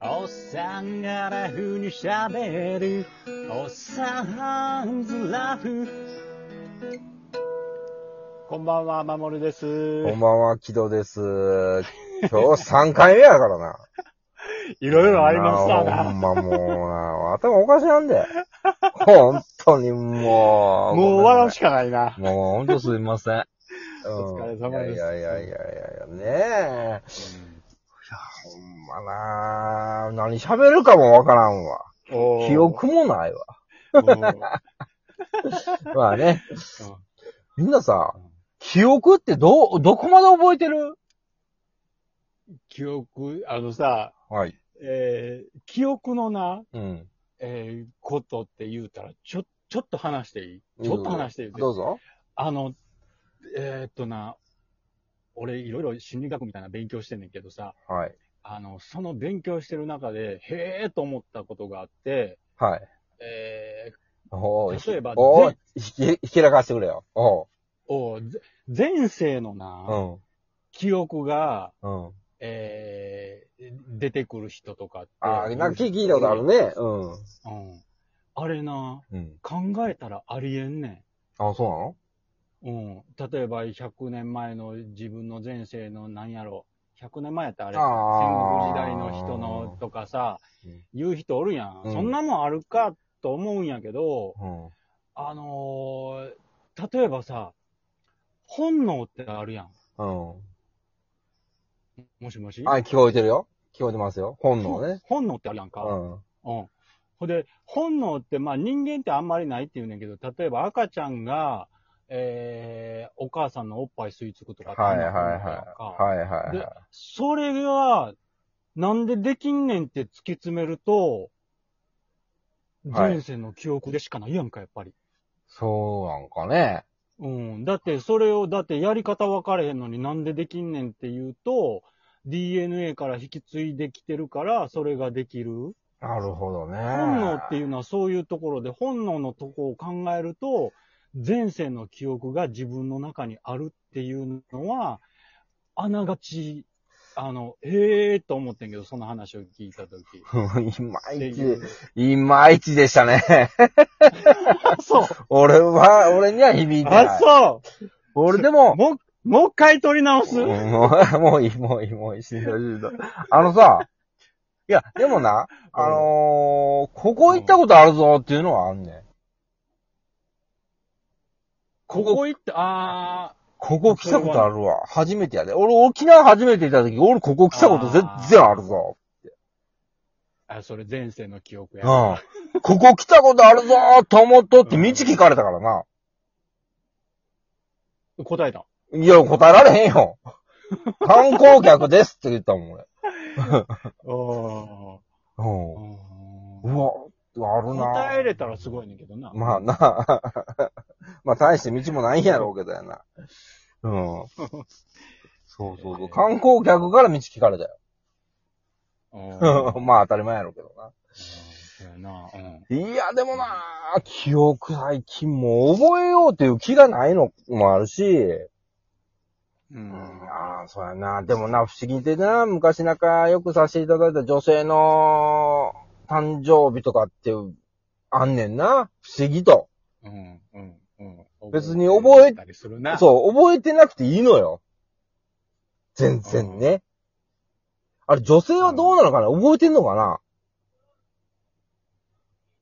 おっさんがラフに喋る。おっさんずラフ。こんばんは、まもるです。こんばんは、木戸です。今日3回目やからな。いろいろありましたほんな。まもうな、頭おかしなんで。ほんとにももう。う終わらんしかないな。もうほんとすいません。うんお疲れ様ですいやいやいやいやいや、ねえ。ほんまな何喋るかもわからんわ。おー記。憶もないわ。おーまあね。みんなさ、記憶ってど、どこまで覚えてる記憶、あのさ、はい。えー、記憶のな、うん。えー、ことって言うたら、ちょ、ちょっと話していいちょっと話していいどうぞ。あの、えーっとな、俺いろいろ心理学みたいな勉強してんねんけどさ、はい。あの、その勉強してる中で、へえーと思ったことがあって、はい。えー、おー例えばおおぜ、ひけ、ひけらかしてくれよ。おう。おぜ前世のな、記憶が、うん。うん。えー、出てくる人とかって。ああ、なんか聞いたことあるね。うん。うん。あれな、うん。考えたらありえんねん。あそうなのうん。例えば、100年前の自分の前世の何やろ。100年前やったらあれ、あ戦国ー時代の人のとかさうん、言う人おるやん。うんそんなもんあるかと思うんやけど、うん。あのー例えばさ、本能ってあるやん。うもしもしん。はい、聞こえてるよ。聞こえてますよ。本能ね。本能ってあるやんか。うん。うん。ほんで、本能って、まあ人間ってあんまりないって言うねんけど、例えば赤ちゃんが、えー、お母さんのおっぱい吸い付くとかってはいいうのはいがあるやんかはい。はいはいではそれが、なんでできんねんって突き詰めると、はい前世の記憶でしかないやんか、やっぱり。い。そうなんかね。うん。だって、それを、だってやり方分かれへんのになんでできんねんっていうと、DNA から引き継いできてるから、それができる。なるほどね。本能っていうのはそういうところで、本能のとこを考えると、前世の記憶が自分の中にあるっていうのは、あながち、あの、ええー、と思ってんけど、その話を聞いたとき。 いまっていいちう、いまいちでしたね。 そう。俺は、俺には響いてなあ、い。そ俺でう。も、もう、もう一回取り直す。うん。もう、 もういい、もういい、もういい、しんどい、しんどい。あのさ、いや、でもな、あのー、ここ行ったことあるぞっていうのはあんねん。ここ行って、あここ来たことあるわ。初めてやで。俺、沖縄初めて行った時、俺ここ来たこと全然あるぞ。ーあ、それ前世の記憶うや。ん。ここ来たことあるぞと思っとって道聞かれたからな。答えた。いや、答えられへんよ。 観光客ですって言ったもん、俺。あうあ。ん。うわ、あるな答えれたらすごいねんけどな。まあな。 まあ大して道もないんやろうけどやな。うん。そうそうそう。観光客から道聞かれたうん よ。まあ当たり前やろうけどそうやな。うん。な。いや、でもなあ、記憶最近もう覚えようっていう気がないのもあるし、ううんん、ああ、そうやな。でもな、不思議でな、昔仲良くさせていただいた女性の誕生日とかって、あんねんな。不思議と。うん。うん。うん。別に覚えたりするな。そう、覚えてなくていいのよ。全然ね。あれ、女性はどうなのかな覚えてんのかない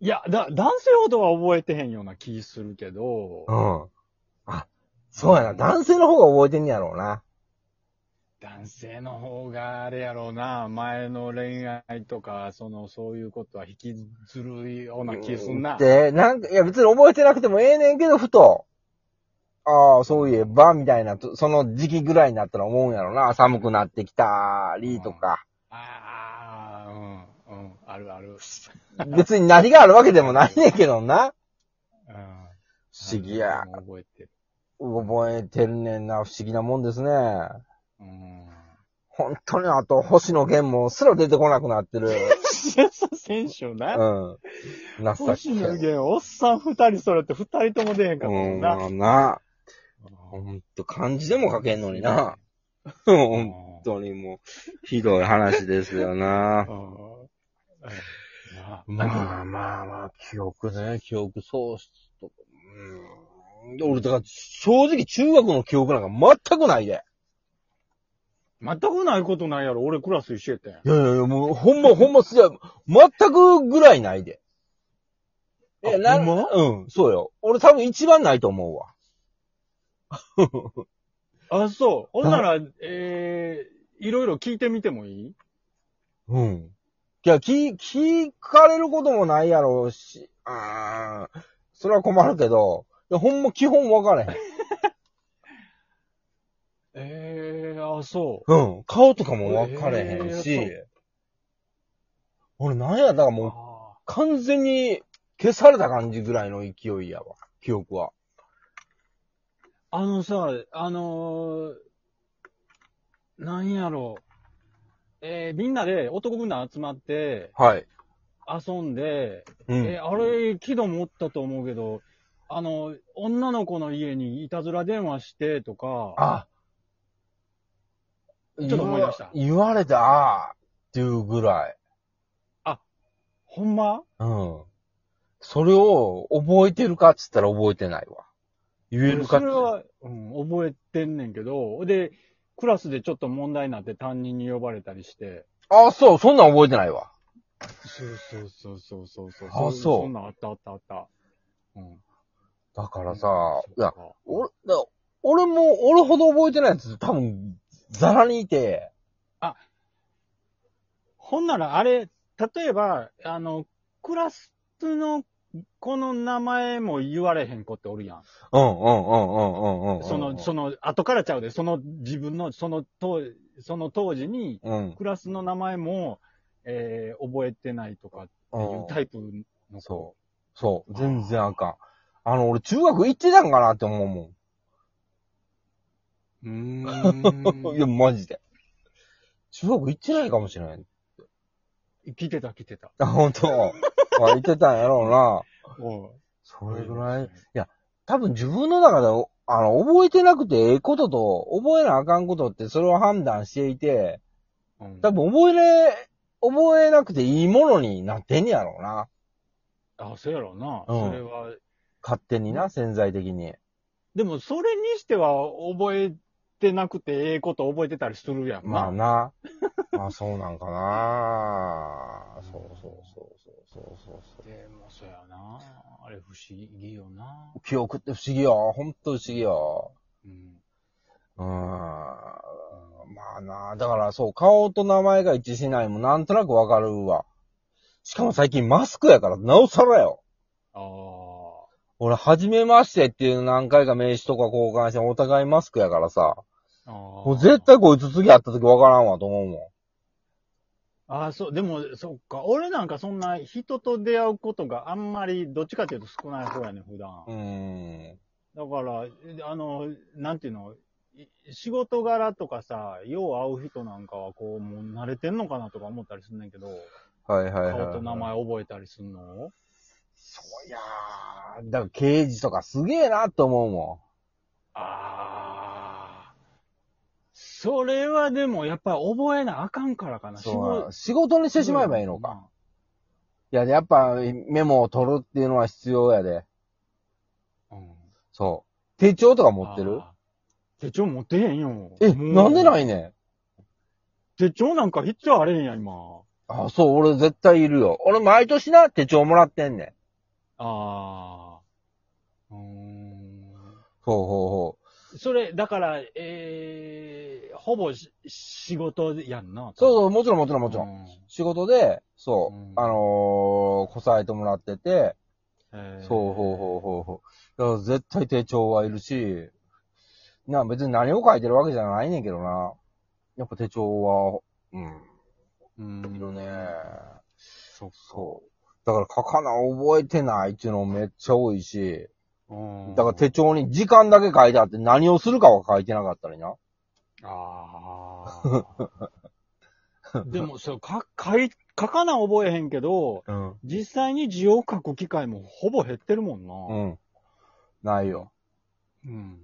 や、だ、男性ほどは覚えてへんような気するけど、うん。あ、そうやな。男性の方が覚えてんねやろうな。男性の方があれやろうな、前の恋愛とか、その、そういうことは引きずるような気すんな。で、なんか、いや別に覚えてなくてもええねんけど、ふと。ああ、そういえば、みたいな、とその時期ぐらいになったら思うんやろな。寒くなってきたりとか。ああ、うん、うん、あるあ る。別に何があるわけでもないねんけどな。うん、不思議や。何でも覚えてる。覚えてるねんな。不思議なもんですね。うん。本当にあと、星野源もすら出てこなくな ってる。選手うな。ん。なさっ星き。野源、おっさん二人揃って二人とも出へんかったもうんん、な。まあな。ほんと、漢字でも書けんのにな。ほん うとにもう、ひどい話ですよな。んな まあまあまあ、記憶ね、記憶喪失とか。うん。俺、だから、正直中学の記憶なんか全くないで。全くないことないやろ。俺クラス一緒やったやん。いやいやいや、もう、ほんま、ほんま、すや、全くぐらいないで。あえ、な、ほんまうん、そうよ。俺多分一番ないと思うわ。あ、そう。ほんなら、えー、いろいろ聞いてみてもいいうん。いや、聞、聞かれることもないやろうし、あーそれは困るけど、いや、ほんま基本分からへん。えー、あ、そう。うん。顔とかも分かれへんし。えー俺なんや、だからもうあ完全に消された感じぐらいの勢いやわ。記憶は。ーあのさ、あのー、なんやろう。えー、みんなで男軍団集まってはい。遊んで、うん。えーあれ、木戸持ったと思うけど、あの、女の子の家にいたずら電話してとか、あちょっと思い出した言われた、ああっていうぐらい。ほんまうん。それを覚えてるかっつったら覚えてないわ。言えるかっそれは、うん、覚えてんねんけど、で、クラスでちょっと問題になって担任に呼ばれたりして。ああ、そう、そんなん覚えてないわ。そうそうそうそうそうそう。あそうそんなんあったあったあった。うん。だかからさ、いや、俺俺、だ俺も、俺ほど覚えてないやつ多分、ザラにいて、ほんならあれ、例えば、あの、クラスの子の名前も言われへん子っておるやん。うんうんうんうんうんうんうん。その、その、後からちゃうで、その自分の、その当、その当時に、うん。クラスの名前も、えー、覚えてないとかっていうタイプの子。そう。そう。全然あかん。あの、俺中学行ってたんかなって思うもん。う ーんいや、マジで。中学行ってないかもしれない。来てた、来てた。あ、本当。あ、行ってたんやろうな。おうそれぐらい。。多分自分の中で、おあの、覚えてなくてええことと、覚えなあかんことって、それを判断していて、うん多分覚えれ、覚えなくていいものになってんやろうな。あ、そうやろうな。うんそれは。勝手にな、潜在的に。でも、それにしては、覚えてなくてええこと覚えてたりするやん。まあな。まあそうなんかな。そうそうそうそうそうそうそう。でも、そうやな。あれ、不思議よな。記憶って不思議よ。ほんと不思議よ。うん。うーん。まあな、だからそう、顔と名前が一致しないもなんとなくわかるわ。しかも最近マスクやから、なおさらよ。ああ。俺、はじめましてっていう何回か名刺とか交換して、お互いマスクやからさ、ああ。ももう絶。対こいつ次会った時わからんわと思うもん。ああ、そう、でも、そっか。俺なんかそんな人と出会うことがあんまり、どっちかっていうと少ない方やねん、普段。うーん。だから、あの、なんていうの、い仕事柄とかさ、よう会う人なんかは、こう、もう慣れてんのかなとか思ったりすんねんけど、はいはいはい、はい。顔と名前覚えたりすんのそういやー、だから刑事とかすげえなと思うもああ。それはでも、やっぱり覚えなあかんからかん。な。そう仕事にしてしまえばいいのか。。いや、やっぱメモを取るっていうのは必要やで。うんそう。手帳とか持ってるあー手帳持ってへんよ。え、もうなんでないねん。手帳なんか必要あれへんや、今。あ、そう、俺絶対いるよ。俺毎年な、手帳もらってんねん。ああ。うーん。ほうほうほう。それ、だから、えー、ほぼし仕事やんな。そうう、そう、もちろんもちろんもちろん。ん。仕事で、そうう、んあのー、こさえてもらってて、えーそう、ほうほうほうほう。だから絶対手帳はいるし、な、別に何を書いてるわけじゃないねんけどな。やっぱ手帳は、うん、うん。いるね。そうそう。だから書かな覚えてないっていうのめっちゃ多いし、うん。だから手帳に時間だけ書いてあって何をするかは書いてなかったりな。ああ。でも、そう、か、かい、書かな覚えへんけど、うん。実際に字を書く機会もほぼ減ってるもんうな。ん。ないよ。うん。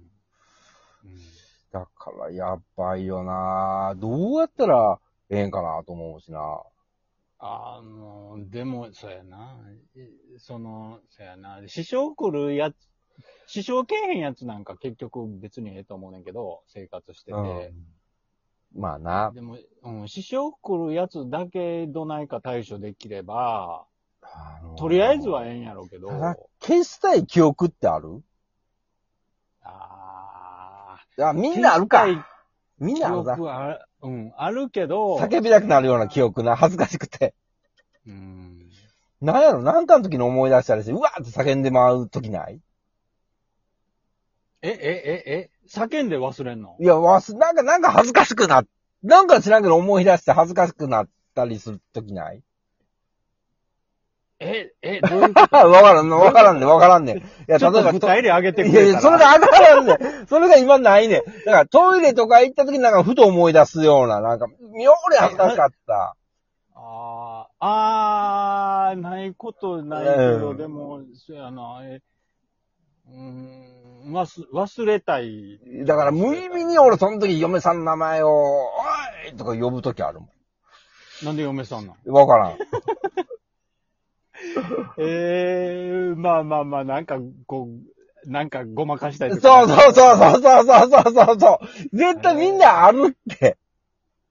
だからやばいよなどうやったらええんかなと思うしな。ああ、もう、でも、そうやな。いその、そうやな。師匠来るやつ、師匠けえへんやつなんか結局別にええと思うねんけど、生活してて。うんまあな。でも、うん、師匠来るやつだけどないか対処できれば、とりあえずはええんやろうけど、ただ消したい記憶ってあるああ、あ、みんなあるか消し。みん記なあるな。憶はある、うん、あるけど、叫びたくなるような記憶な、恥ずかしくて。うん、なんやろ、なんかの時に思い出したりして、うわーって叫んでまう時ないえ、え、え、え、叫んで忘れんのいや、わす、なんか、なんか恥ずかしくな、なんか知らんけど思い出して恥ずかしくなったりする時ないえ、え、どういうことあわからんの、わからんね、わからんね。いや、ち例ょえっとば、具体例上げてくれいたやらいや、それがあからんね。それが今ないね。だからトイレとか行った時なんかふと思い出すような、なんか、妙に恥ずかしかった。あーあー、ないことないけど、うんでも、そやな、え、うーん、忘忘れたい。だから無意味に俺その時嫁さんの名前を、おいとか呼ぶ時あるもなんで嫁さんなんん。わからん。ええまあまあまあ、なんか、こう、なんかごまかしたいそうとかそうそうそうそうそうそうそう。絶対みんなあるって。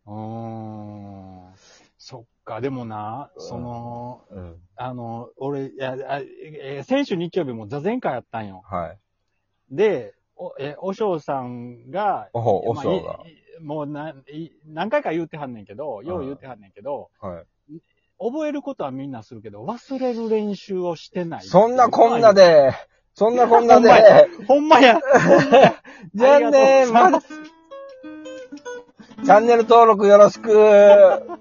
うーん。そっか、でもな、その、うん。あの、俺、いや、あえー先週日曜日も座禅会やったんよ。はい。で、お、え、おしょうさんが、おほ、おまあしょうが。いいもうな、い何回か言うてはんねんけど、よう言うてはんねんけど、はい。覚えることはみんなするけど、忘れる練習をしてない。そんなこんな。で、そんなこんなほんまやで、ほんまや。 じゃあありがとうござねいままたチャンネル登録よろしく。